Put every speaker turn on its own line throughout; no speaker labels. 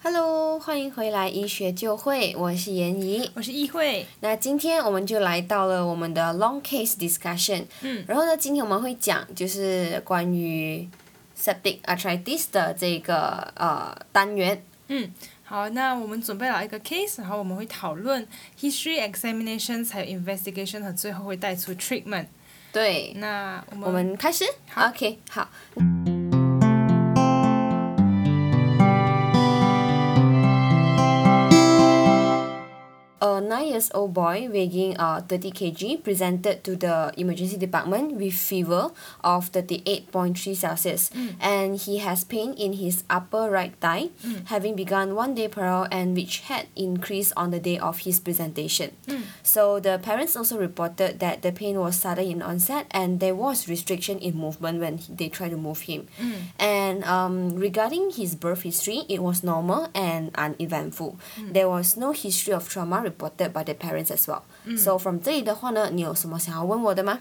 Hello，欢迎回来医学就会，我是妍怡。
我是议会，
那今天我们就来到了我们的 long case discussion。
嗯。
然后呢，今天我们会讲就是关于 septic arthritis 的这个呃单元。
嗯好，那我们准备了一个 case，然后我们会讨论 history examinations，还有 investigation，和最后会带出 treatment。
对，
那我们
我们开始。
好
OK，好。A nine years old boy weighing uh, 30 kg presented to the emergency department with fever of 38.3 Celsius and he has pain in his upper right thigh, having begun one day prior and which had increased on the day of his presentation. So the parents also reported that the pain was sudden in onset and there was restriction in movement when he- they tried to move him. And um, regarding his birth history, it was normal and uneventful. There was no history of trauma reported by the parents as well. So from 这里的话呢，你有什么想要问我的吗？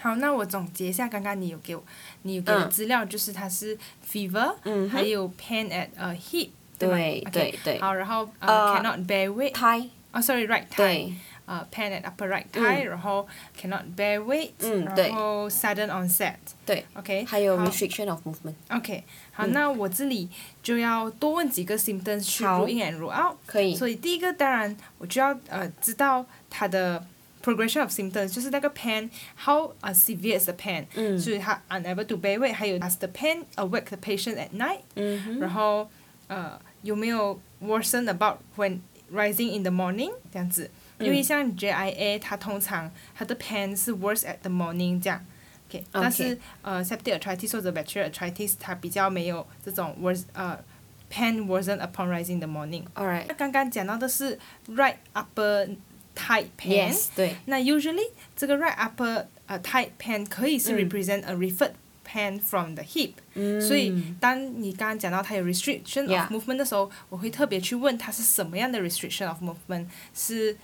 好，那我总结一下，刚刚你有给我，你有给我
嗯
资料，就是它是 fever，、
嗯哼
还有 pain at a hip，吧
对
OK，
对对
好，然后呃、
呃
cannot bear weight，
Thai
哦、s o r r y right thigh，
对
呃 pain at upper right thigh，、然后 cannot bear weight，、
嗯对
然后 sudden onset，OK，、
对，还有 restriction of movement
OK，好，那我这里就要多问几个 symptoms 去
好
rule in and rule out。
可以
所以第一个当然我就要呃知道它的 progression of symptoms，就是那个 pain，how uh, severe is the pain？
嗯
所以他 unable to bear weight，还有 does the pain awake the patient at night？、
嗯哼
然后呃有没有 worsen about when rising in the morning 这样子？因为像 JIA 它通常它的 pain 是 worse at the morning 这样。OK，但是呃，septic arthritis 或者 bacterial arthritis 它比较没有这种 worse 呃 pain worsen upon rising in the morning。
，alright
那刚刚讲到的是 right upper thigh pain。
yes 对
那 usually 这个 right upper 呃 thigh pain 可以是
嗯
represent a referred pain from the hip，、
嗯
所以当你刚刚讲到它有 restriction
Yeah
of movement 的时候我会特别去问它是什么样的 restriction of movement，是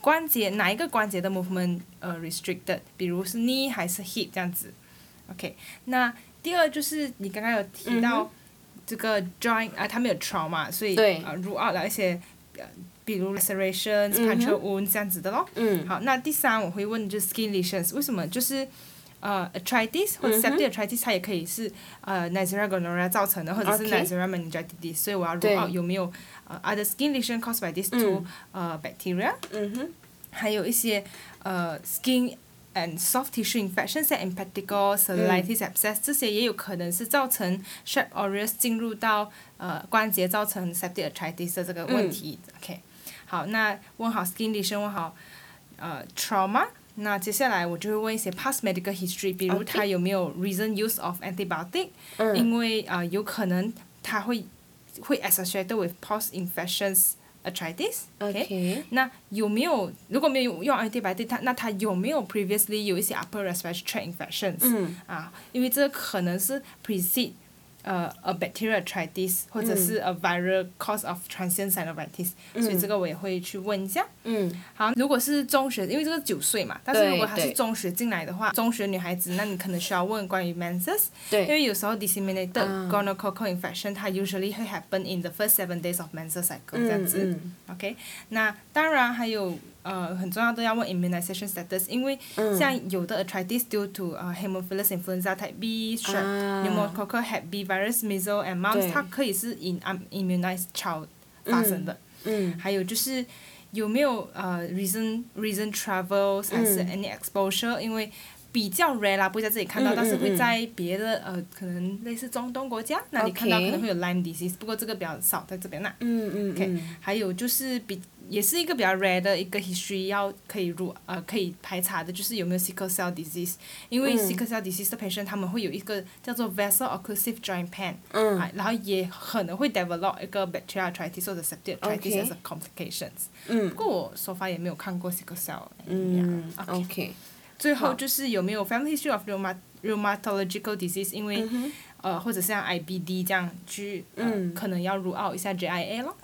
关节哪一个关节的 movement 呃 restricted，比如是 knee 还是 hip 这样子。OK，那第二就是你刚刚有提
嗯
到这个 joint 啊，它没有 trauma，所以
对
呃 rule out 了一些呃，比如 lacerations、
嗯哼
puncture wound 这样子的咯。
嗯
好，那第三我会问的就是 skin lesions，为什么就是呃 arthritis 或者
嗯哼
septic arthritis 它也可以是呃 Neisseria gonorrhea 造成的，或者是
OK
Neisseria meningitis，所以我要
对
rule out 有没有呃 other skin lesion caused by these two 呃 bacteria，
嗯哼
还有一些呃 skin。and soft tissue infections and impetigo
嗯
cellulitis abscess，、这些也有可能是造成 sharp aureus 进入到呃关节造成 septic arthritis 的这个问题。OK，好，那问好 skin lesion，问好呃 trauma。那接下来我就会问一些 past medical history，比如
OK
他有没有 recent use of antibiotic，、
嗯
因为啊、呃有可能他会会 associated with post infections arthritis。
OK
那有没有如果没有用哎 antibiotic，它那它有没有 previously 有一些 upper respiratory tract infections？、
嗯
啊，因为这可能是 precede 呃 a bacterial arthritis 或者是
嗯
a viral cause of transient synovitis，、所以这个我也会去问一下。
嗯
好，如果是中学，因为这个九岁嘛，但是如果
对
她是
对
中学进来的话，中学女孩子，那你可能需要问关于 menses，
对
因为有时候 disseminated
啊
gonococcal infection 它 usually 会 happen in the first seven days of menses cycle 这样
嗯
子。
嗯
OK，那当然还有呃很重要的要问 immunization status，因为像有的 arthritis due to 呃 hemophilus influenza type B、strep、
啊
pneumococcal hep B virus、measles and mumps，
对
它可以是 in unimmunized child 发生的。
嗯
还有就是有没有呃 reason reason travels 还是
嗯
any exposure，、因为。比较 rare 啦，不会在这里看到，
嗯
但是
嗯
会
嗯
在别的呃，可能类似中东国家那里看到
OK
可能会有 Lyme disease，不过这个比较少在这边啦。
嗯嗯
OK，、
嗯
还有就是比也是一个比较 rare 的一个 history 要可以入呃可以排查的，就是有没有 sickle cell disease，因为
嗯
sickle cell disease 的 patient 他们会有一个叫做 vessel occlusive joint pain，、
嗯
啊，然后也可能会 develop 一个 bacterial arthritis 或者 septic arthritis
OK
as a complications。
嗯
不过我手法也没有看过 sickle cell，
嗯
yeah，OK
OK
最后
好
就是有没有 family history of rheumat rheumatological disease，因为、
嗯哼
呃或者像 IBD 这样去、呃
嗯
可能要 rule out 一下 JIA 咯。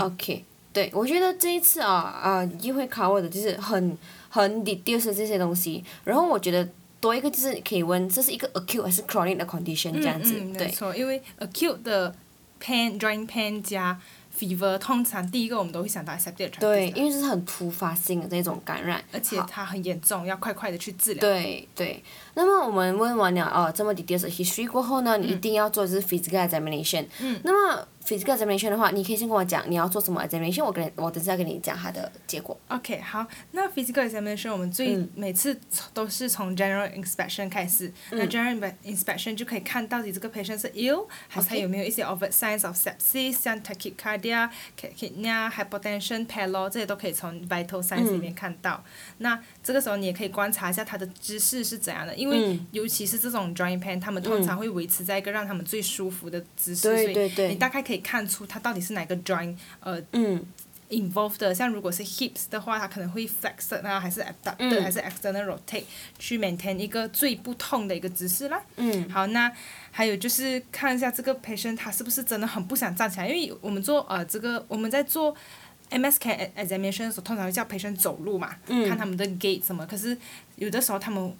OK，对，我觉得这一次啊，啊，议会考我的就是很很 details 的这些东西，然后我觉得多一个就是可以问这是一个 acute 还是 chronic 的 condition 嗯这样子，
嗯嗯嗯、没
对，
错，因为 acute 的 pain joint pain 加 fever，通常第一个我们都会想到 septic
对，
arthritis，
因为这是很突发性的那种感染，
而且
好
它很严重，要快快的去治疗。
对对，那么我们问完了呃这么 details 的 history 过后呢，你一定要做就是 physical examination。嗯。那么 physical examination 的话，你可以先跟我讲你要做什么 examination，我跟你我等下跟你讲它的结果。
OK，好，那 physical examination 我们最、
嗯
每次都是从 general inspection 开始，那 general inspe- inspection 就可以看到底这个 patient 是 ill，还是他
嗯 OK
有没有一些 overt signs of sepsis，像 tachycardia、tachypnea、hypotension、pallor 这些都可以从 vital
嗯
signs 里面看到。那这个时候你也可以观察一下他的姿势是怎样的，因为
嗯
尤其是这种 joint pain，他们通常会维持在一个让他们最舒服的姿势，
对对
所以
对
你大概可以看出他到底是哪个 joint 呃
嗯
involved 的，像如果是 hips 的话，它可能会 flexed 啊，还是 abducted，、
嗯
还是 external rotate，去 maintain 一个最不痛的一个姿势啦。
嗯
好，那还有就是看一下这个 patient 他是不是真的很不想站起来，因为我们做呃这个我们在做 MSK examination 的时候，通常会叫 patient 走路嘛，
嗯
看他们的 gait 什么，可是有的时候他们。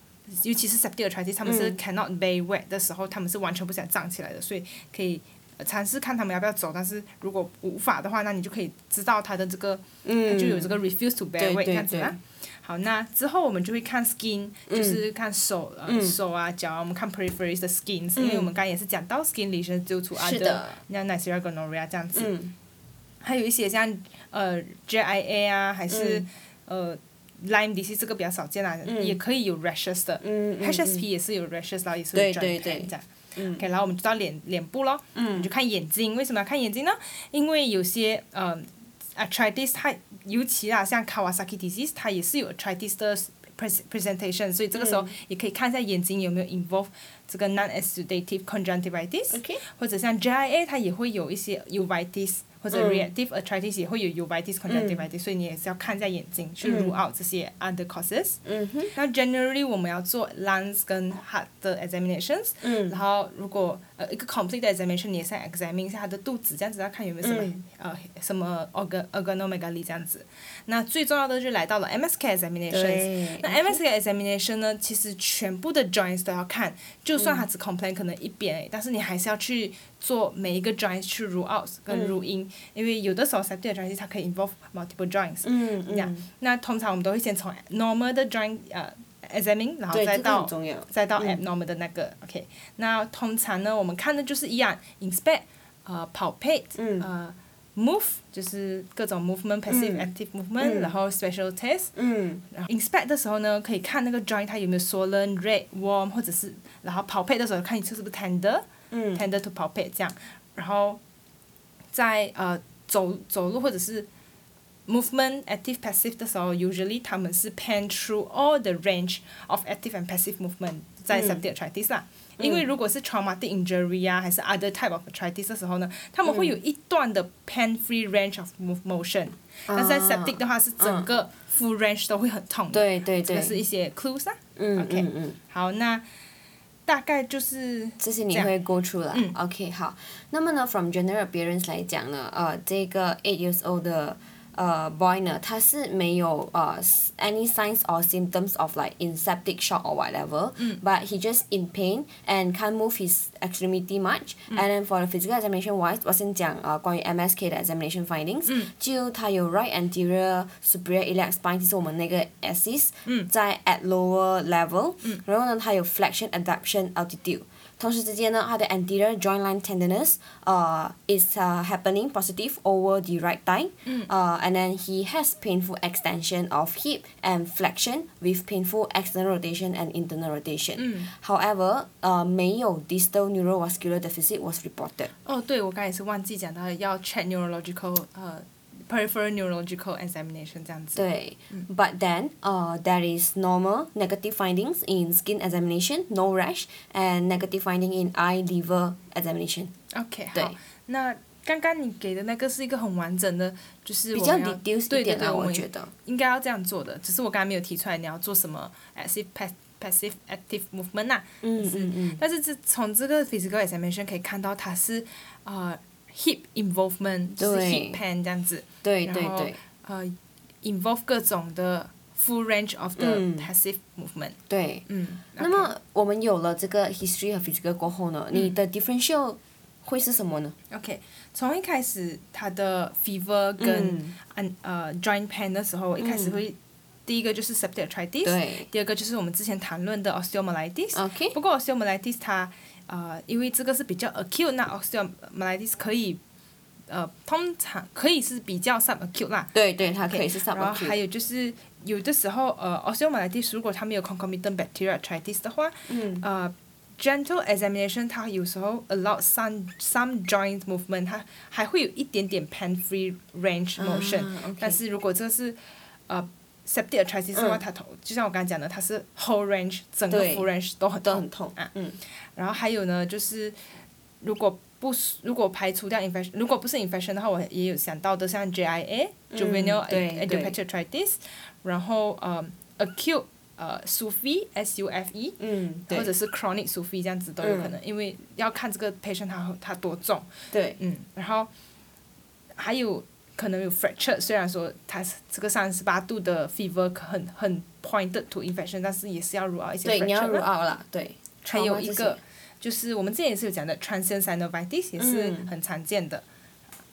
尤其是 septic arthritis，他们
嗯
是 cannot lay wet 的时候，他们是完全不想站起来的，所以可以呃尝试看他们要不要走。但是如果无法的话，那你就可以知道他的这个
嗯。
就有这个 refuse to bear
对对
weight 这样子啦
对。
好，那之后我们就会看 skin，、就是看手呃、
嗯
手啊脚啊，我们看 peripheries 的 skins，、因
嗯
为我们刚才也是讲到 skin lesion 就出
是
other
的
像 n i c e r i a gonorrhea 这样子，
嗯
还有一些像呃 JIA 啊，还是、呃 Lyme disease 这个比较少见啦、啊
嗯
也可以有 rashes 的、
嗯嗯
h s p 也是有 rashes 啦，也是有
对
joint
对
pain
对
这样。
嗯
OK，然后我们就到脸脸部咯，我们就看眼睛。为什么要看眼睛呢？因为有些呃 arthritis 它尤其啊像 Kawasaki disease 它也是有 arthritis 的 pres- presentation，所以这个时
嗯
候也可以看一下眼睛有没有 involve 这个 non-exudative conjunctivitis，、
OK
或者像 JIA 它也会有一些 uveitis 或者
嗯
reactive arthritis 也会有 uveitis conjunctivitis，、所以你也是要看一下眼睛去 rule out 这些 other causes。
嗯哼
那 generally 我们要做 lungs 跟 heart 的 examinations，、
嗯
然后如果呃一个 complete 的 examination，你也是要 examine 一下他的肚子，这样子要看有没有什么、
嗯
呃什么 organ organomegaly 这样子。那最重要的就来到了 MSK examinations
对。嗯
那 MSK examination 呢，其实全部的 joints 都要看，就算
嗯
他只 complain 可能一边而已，但是你还是要去做每一个 joints 去 rule out
嗯
跟 rule in，、因为有的时候 septic arthritis 它可以 involve multiple joints。
嗯
这样
嗯，
那通常我们都会先从 normal 的 joint 呃 examine，然后
对，
再
这个
到
很重要。
再到
嗯
abnormal 的那个、OK。那通常呢，我们看的就是一样 inspect，呃，palpate，、
嗯
呃，move 就是各种 movement passive、
嗯
active movement，、
嗯
然后 special test，
嗯
然后 inspect 的时候呢，可以看那个 joint 它有没有 swollen、red、warm，或者是然后 palpate 的时候看你是不是 tender，
嗯
tender to palpate 这样，然后在呃走走路或者是 movement active passive 的时候，usually 他们是 pan through all the range of active and passive movement 在
嗯
septic arthritis 啦。因为如果是 traumatic injury 啊，还是 other type of arthritis 的时候呢，他们会
嗯
有一段的 pan free range of move motion，、但是在 septic 的话是整个 full range 都会很痛的。
啊嗯对对
这
对
个，是一些 clues 啊。
嗯
OK
嗯嗯。
好，那大概就是
这些你
这样
会 go through 啦。
嗯
OK，好。那么呢，from general appearance 来讲呢，呃，这个 eight years old 的呃 boy 呢，他是没有呃 s- any signs or symptoms of like in septic shock or whatever，、but he just in pain and can't move his extremity much、And then for the physical examination wise，我先讲呃关于 MSK 的 examination findings，、就他有 right anterior superior iliac spine，就是我们那个 axis，、在 at lower level，、然后呢，他有 flexion adduction altitude。同时之间呢，它的 anterior joint line tenderness 呃 is uh, happening positive over the right thigh，呃 and then he has painful extension of hip and flexion with painful external rotation and internal rotation。However，呃没有 distal neurovascular deficit was reported。
哦，对，我刚才也是忘记讲到要 check neurological 呃 peripheral neurological examination 这样子。
对，but then 呃 there is normal negative findings in skin examination, no rash and negative finding in eye liver examination。
OK，好
对，
那刚刚你给的那个是一个很完整的，就是
比
我
较
们要
details
对
一点
对对
啦，
我
我
们
觉得。
应该要这样做的，只是我刚刚没有提出来你要做什么 active pass- passive active movement 呐、啊。
嗯
就是
嗯嗯
但是这从这个 physical examination 可以看到，它是呃 hip involvement，就是
对
hip pain 这样子。
对
然
对
后
对
呃，involve 各种的 full range of the
嗯
passive movement。
对。
嗯，嗯
那么我们有了这个 history 和 physical 过后呢，你的 differential 会是什么呢？
OK，从一开始他的 fever 跟
嗯，
嗯呃 joint pain 的时候，一开始
嗯
会、第一个就是 septic arthritis，
对嗯
第二个就是我们之前谈论的 osteomyelitis。
，OK，
不过 osteomyelitis 它呃，因为这个是比较 acute，那 osteomyelitis 可以呃通常可以是比较 subacute 啦。
对对，它可
OK，
以是
然后
subacute，
还有就是有的时候呃 osteomyelitis 如果它没有 concomitant bacterial arthritis 的话，
嗯
呃 gentle examination 它有时候 allow some some joint movement，它还会有一点点 pain free range motion，、
啊，OK
但是如果这是呃 septic arthritis 的话，
嗯
它头就像我刚才讲的，它是 whole range 整个
对
full range 都很
都
痛
很。痛
啊，
嗯
然后还有呢，就是如果不如果排除掉 infection，如果不是 infection 的话，我也有想到的像 JIA、juvenile
嗯对
ed-
对
idiopathic arthritis，然后呃、acute 呃 SUFE S U F E，
嗯，
或者
对嗯
是 chronic SUFE 这样子都有可能，因为要看这个 patient 他他多重，
对，
嗯，然后还有可能有 fracture，虽然说它是这个三十八度的 fever 很很 pointed to infection，但是也是要 rule out 一些 fracture
对，你要 rule
啦
out 啦，对，
还有一
trauma 这
个
些
就是我们之前也是有讲的 transient synovitis 也是
嗯
很常见的，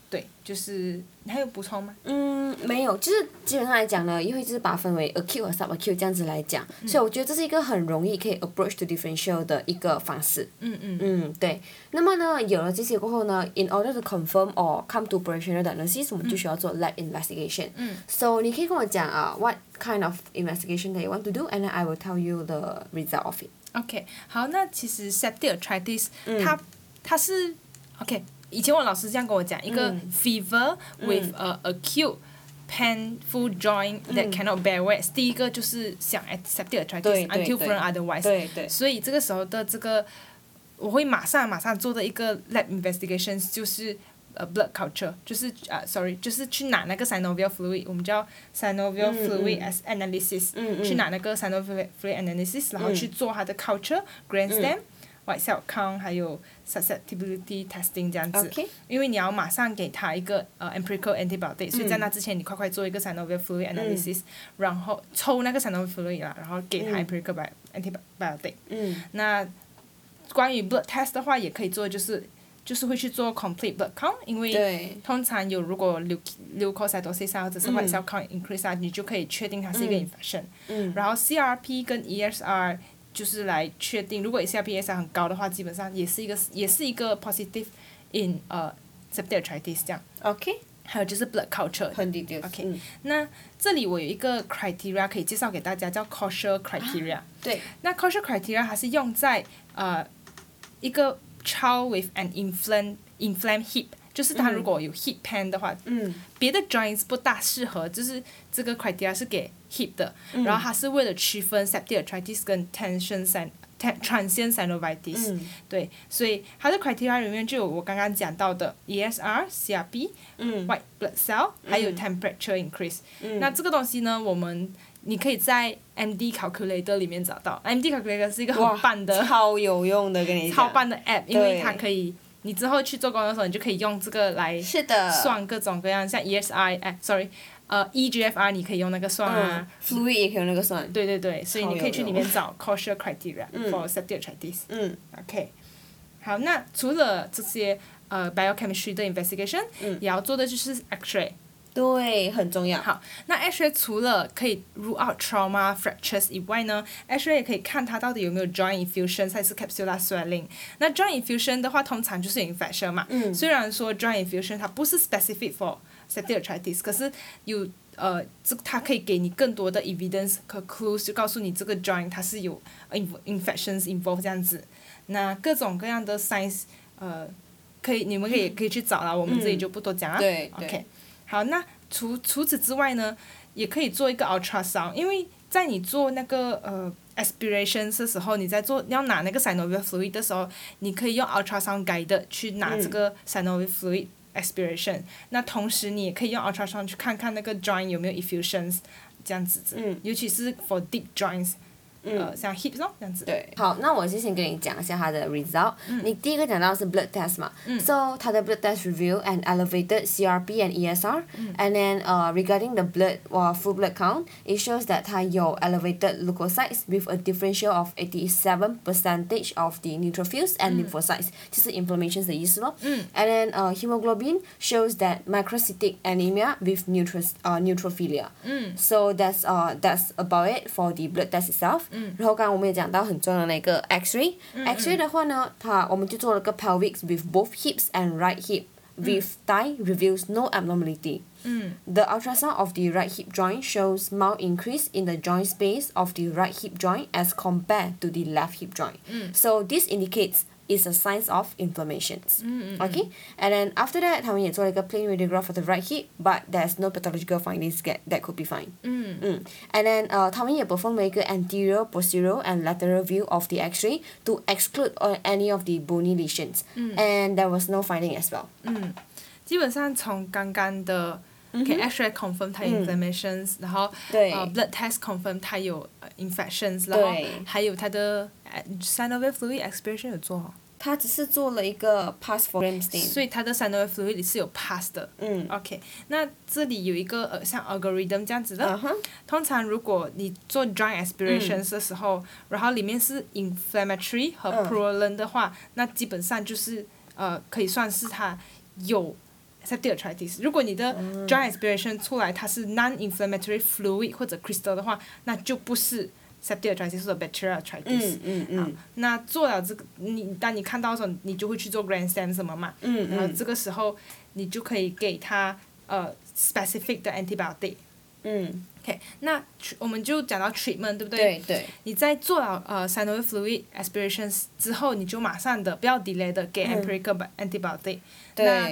对，就是你还有补充吗？
嗯，没有，就是基本上来讲呢，因为就是把它分为 acute 和 subacute 这样子来讲，所以我觉得这是一个很容易可以 approach to differential 的一个方式。
嗯嗯
嗯，对。那么呢，有了这些过后呢，in order to confirm or come to operational diagnosis，我们就需要做 lab investigation。
嗯
So 你可以跟我讲啊，what kind of investigation that you want to do，and then I will tell you the result of it。
，OK，好，那其实 septic arthritis、
嗯
它它是 OK，以前我老师这样跟我讲，一个
嗯
fever with a acute painful joint that
嗯
cannot bear weight，、第一个就是想哎 septic
对
arthritis
对
until
对
proven otherwise，
对对
所以这个时候的这个，我会马上马上做的一个 lab investigations 就是呃 blood culture，就是啊、sorry，就是去拿那个 synovial fluid，我们叫 synovial
嗯
fluid
嗯
as analysis，、
嗯嗯
去拿那个 synovial fluid analysis，然后
嗯
去做它的 culture grand stem、white cell count，还有 susceptibility testing 这样子。
OK，
因为你要马上给他一个呃 empirical antibiotic，、所以
嗯
在那之前你快快做一个 synovial fluid analysis，、然后抽那个 synovial fluid 啦，然后给他
嗯
empirical bi- antibiotic。
嗯
那关于 blood test 的话，也可以做，就是就是会去做 complete blood count，因为
对
通常有如果 leu leukocytosis 啊或者是
嗯
white cell count increase 啊，你就可以确定它是一个
嗯
infection、
嗯
然后 CRP 跟 ESR 就是来确定，如果 CRP ESR E 很高的话，基本上也是一个也是一个 positive in 呃 septic arthritis 这样。
，OK，
还有就是 blood culture，
很 details。
OK
嗯
那这里我有一个 criteria 可以介绍给大家，叫 Kosher criteria。
啊对，
那 Kosher criteria 它是用在呃一个 child with an inflamed inflamed hip，就是他
嗯
如果有 hip pain 的话，
嗯
别的 joints 不大适合，就是这个 criteria 是给 hip 的，
嗯
然后它是为了区分 septic arthritis 跟 tension syn ten- transient synovitis，、
嗯
对，所以它的 criteria 里面就有我刚刚讲到的 E ESR、CRP、
嗯
white blood cell，还有
嗯
temperature increase。
嗯
那这个东西呢，我们你可以在 MD calculator 里面找到，MD calculator 是一个
哇
很棒的
超有用的，跟你讲。
超棒的 app，因为它
对
可以，你之后去做工的时候，你就可以用这个来
是的，
算各种各样，像 ESI，哎，sorry，呃，EGFR 你可以用那个算
嗯
啊，
，fluid 也可以用那个算。
对对对，所以
超
你可
嗯
以
有
去里
用
面找 Kosher criteria
嗯
for septic arthritis。
嗯
OK，好，那除了这些呃 biochemistry 的 investigation，、
嗯
也要做的就是 X-ray。
对，很重要。
好，那 X-ray 除了可以 rule out trauma fractures 以外呢，X-ray 也可以看它到底有没有 joint effusion 还是 capsular swelling。那 joint effusion 的话，通常就是有 infection 嘛。
嗯
虽然说 joint effusion 它不是 specific for septic arthritis，可是有呃，这它可以给你更多的 evidence 和 clues，就告诉你这个 joint 它是有 in- infections involved 这样子。那各种各样的 signs，呃，可以你们可以可以去找啦，我们这里就不多讲啊。
对对
OK，好，那除除此之外呢，也可以做一个 ultrasound，因为在你做那个呃 aspirations 的时候，你在做你要拿那个 synovial fluid 的时候，你可以用 ultrasound guide 去拿这个
嗯
synovial fluid aspiration，、那同时你也可以用 ultrasound 去看看那个 joint 有没有 effusions，这样子子，
嗯
尤其是 for deep joints。呃像 hips 咯这样子。
对，好，那我就先跟你讲一下它的 result。你
嗯
第一个讲到是 blood test 嘛、so 它的 blood test reveal an elevated CRP and ESR，、and
嗯
then 呃、regarding the blood or full blood count, it shows that 它有 elevated leukocytes with a differential of eighty seven percentage of the neutrophils and
嗯
lymphocytes，、就是 inflammation 的意思咯。And then 呃、hemoglobin shows that microcytic anemia with neutros 呃、neutrophilia。So that's uh that's about it for the blood test itself。嗯。然后刚刚我们也讲到很重要的那个 X-ray。X-ray 的话呢，它我们就做了个 pelvic with both hips and right hip with thigh reveals no abnormality。The ultrasound of the right hip joint shows mild increase in the joint space of the right hip joint as compared to the left hip joint. So this indicates is a sign of inflammation. Okay, and then after that, 他们也做了一个 plain radiograph for the right hip, but there's no pathological findings get, that could be found. 嗯 and then 呃、他们也 perform 了一个 anterior, posterior, and lateral view of the X-ray to exclude uh, any of the bony lesions, and there was no finding as well.
基本上从刚刚的 OK X-ray confirm 它有 inflammations，、然后
嗯对
呃 blood test confirm 它有呃 infections，然后
对
还有它的呃 synovial fluid expiration 有做好，
他只是做了一个 pass for gram stain。
所以它的 synovial fluid 是有 pass 的。
嗯
OK，那这里有一个呃像 algorithm 这样子的
嗯哼
通常如果你做 joint aspirations 的时候，然后里面是 inflammatory 和
嗯
purulent 的话，那基本上就是呃可以算是它有 septic arthritis。如果你的
嗯
joint aspiration 出来它是 non-inflammatory fluid 或者 crystal 的话，那就不是 septic arthritis 或者
Mm,
bacterial arthritis。啊，
嗯
那做了这个，你当你看到的时候，你就会去做 grand slam 什么嘛，
mm.
然后这个时候你就可以给他呃 specific 的 antibiotic。OK，那
Mm.
tr- 我们就讲到 treatment，对不对？你在做了呃 synovial fluid aspirations 之后，你就马上的不要 delay 的给 empirical ba- antibiotic。那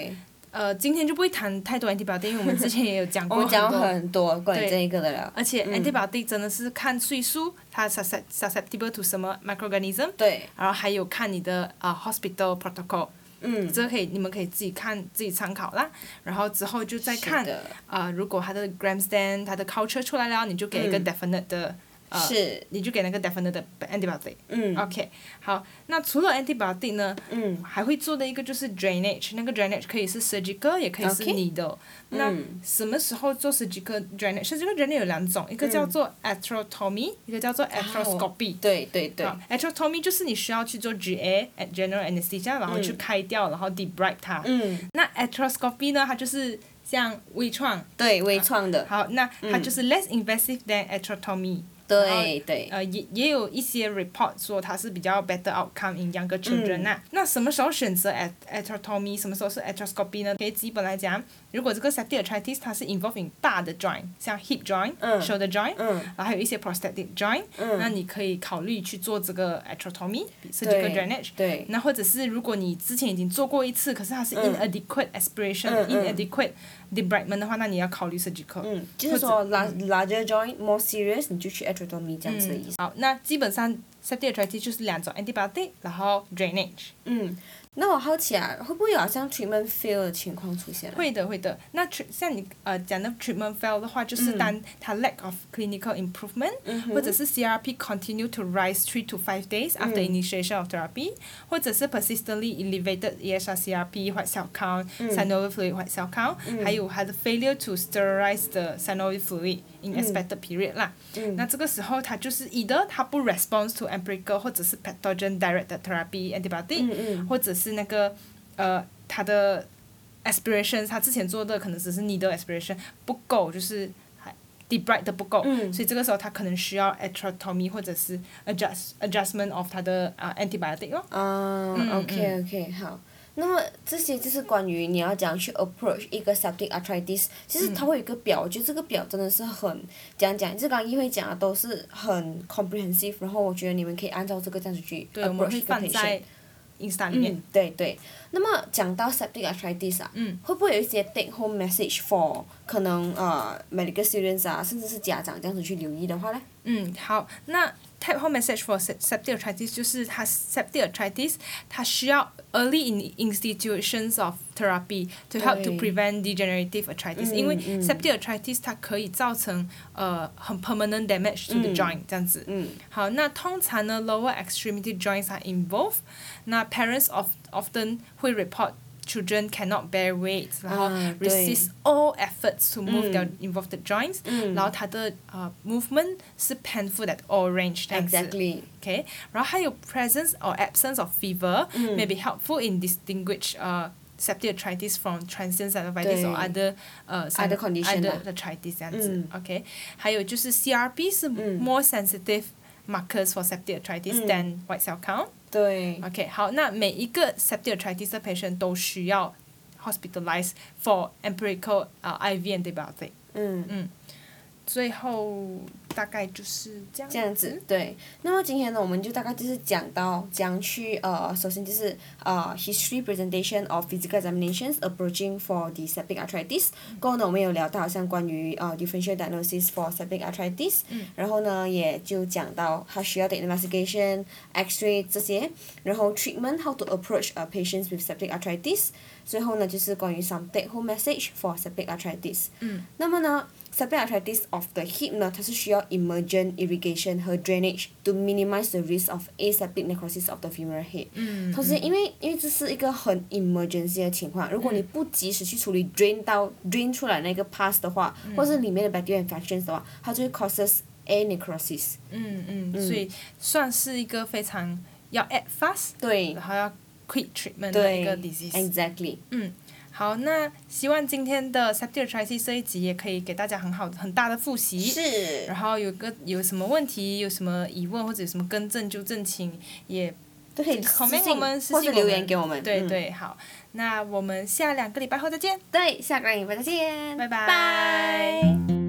呃，今天就不会谈太多 antibiotic，因为我 们之前也有讲过很嗯多。
对对，
对。
我们讲很多关于这一个的了。
而且 antibiotic 真的是看岁数，它 suscept- susceptible to 什么 microorganism，
对，
然后还有看你的呃 hospital protocol，
嗯，
这个可以你们可以自己看自己参考啦。然后之后就再看
是的
啊、呃如果它的 gram stand 它的 culture 出来了，你就给一个
嗯
definite 的、呃，
是，
你就给那个 definite 的 antibiotic。
嗯
OK，好，那除了 antibiotic 呢，
嗯，
还会做的一个就是 drainage，那个 drainage 可以是 surgical，也可以是
OK
needle。那
嗯
什么时候做 surgical drainage？surgical drainage 有两种，一
嗯
个叫做 atherotomy，、一个叫
啊
做 arthroscopy。
对对对，
好 atherotomy 就是你需要去做 GA at general anesthesia，然后去开掉，然后 debride 它。
嗯，
那 arthroscopy 呢，它就是像微创，
对，微创的，
好，那它就是 less invasive than atherotomy。
嗯对对，
呃，也也有一些 report 说它是比较 better outcome in younger children
嗯
那、那什么时候选择 at atrotomy，什么时候是 atroscopy 呢？可以基本来讲，如果这个 septic arthritis 它是 involved in 大的 joint，像 hip joint、
嗯
shoulder joint，、
嗯
然后还有一些 prosthetic joint，、
嗯
那你可以考虑去做这个 atrotomy，是这个
对
drainage。
对
那或者是如果你之前已经做过一次，可是它是 inadequate aspiration、
嗯嗯
inadequate debridement 的话，那你要考虑 surgical。
嗯，
或
就是
者
说 large larger joint more serious，你就去 atrotomy 这样子的意思。
好，那基本上 septic arthritis 就是两种 antibiotic，然后 drainage。
嗯，那我好奇啊，会不会有好像 treatment fail 的情况出现啊？
会的，会的。那 tr- 像你呃讲的 treatment fail 的话，就是当它 lack of clinical improvement，、或者是 CRP continue to rise three to five days after initiation of therapy，、或者是 persistently elevated E ESR CRP white cell count、synovial fluid white cell count，、还有它的 failure to sterilize the synovial fluid in expected period 啦。那这个时候它就是 either 它不 response to empirical 或者是 pathogen directed therapy antibiotic，、或
嗯
者是那个呃它的 aspiration，他之前做的可能只是你的 aspiration 不够，就是还 debride 的不够，
嗯
所以这个时候他可能需要 atrotomy 或者是 adjust adjustment of 他的啊、antibiotic 哦。
啊、
嗯
o k OK，好。那么这些就是关于你要怎样去 approach 一个 septic arthritis，其
嗯
实它会有一个表，我觉得这个表真的是很讲讲，就刚刚议会讲的都是很 comprehensive，然后我觉得你们可以按照这个这样子去
对，我们
approach
会
一个
放
patient
在。Insta 里面。
嗯，对对。那么讲到 septic arthritis 啊，
嗯
会不会有一些 take home message for 可能呃 medical students 啊，甚至是家长这样子去留意的话呢？
嗯好，那 Type home message for sep- septic arthritis 就是它 septic arthritis 它需要 early in institutions of therapy to help to
对
prevent degenerative arthritis，、
嗯
因为
嗯
septic arthritis 它可以造成呃很 permanent damage to the
嗯
joint、这样子。
嗯
好，那通常呢，lower extremity joints are involved。那 parents of often 会 report children cannot bear weight，然后
啊对
resist all efforts to move their
嗯
involved joints，、
嗯
然后它的呃 movement 是 painful at all range 这样子。
，exactly，
Okay，然后还有 presence or absence of fever、
嗯
may be helpful in distinguish 呃、septic arthritis from transient cellulitis
对
or other 呃
Other condition 啦
other arthritis 这样子、
嗯
OK，还有就是 CRP 是
嗯
more sensitive markers for septic arthritis、
嗯
than white cell count。
对
OK，好，那每一个 septic arthritis 的 patient 都需要 hospitalized for empirical uh, 呃、IV antibiotic。
嗯。
嗯，最后大概就是这样
这样子。对。那么今天呢，我们就大概就是讲到怎样去呃，首先就是呃，history presentation of physical examinations approaching for the septic arthritis。过后呢，我们有聊到好像关于呃 differential diagnosis for septic arthritis，、
嗯
然后呢也就讲到他需要的 investigation、X-ray 这些，然后 treatment how to approach 呃 patients with septic arthritis。最后呢，就是关于 some take home message for septic arthritis。
嗯
那么呢，septic arthritis of the hip 呢，它是需要 emergent irrigation 和 drainage to minimize the risk of aseptic necrosis of the femoral head。
嗯，
同时，因为因为这是一个很 emergency 的情况，如果你
嗯
不及时去处理 drain 到 drain 出来那个 pass 的话，
嗯
或是里面的 bacterial infections 的话，它就会 causes a necrosis。
嗯嗯，所以算是一个非常要 act fast，
对
然后要 quick treatment 的一
对哎
个 disease。
，exactly。
嗯，好，那希望今天的 septic arthritis 这一集也可以给大家很好很大的复习。
是
然后有个有什么问题、有什么疑问或者有什么更正纠正，请也
都可以哎私
comment
信
我们，私
或
信
是
我们
留言给我们。
对
嗯
对，好，那我们下两个礼拜后再见。
对，下个礼拜再见，
拜拜
拜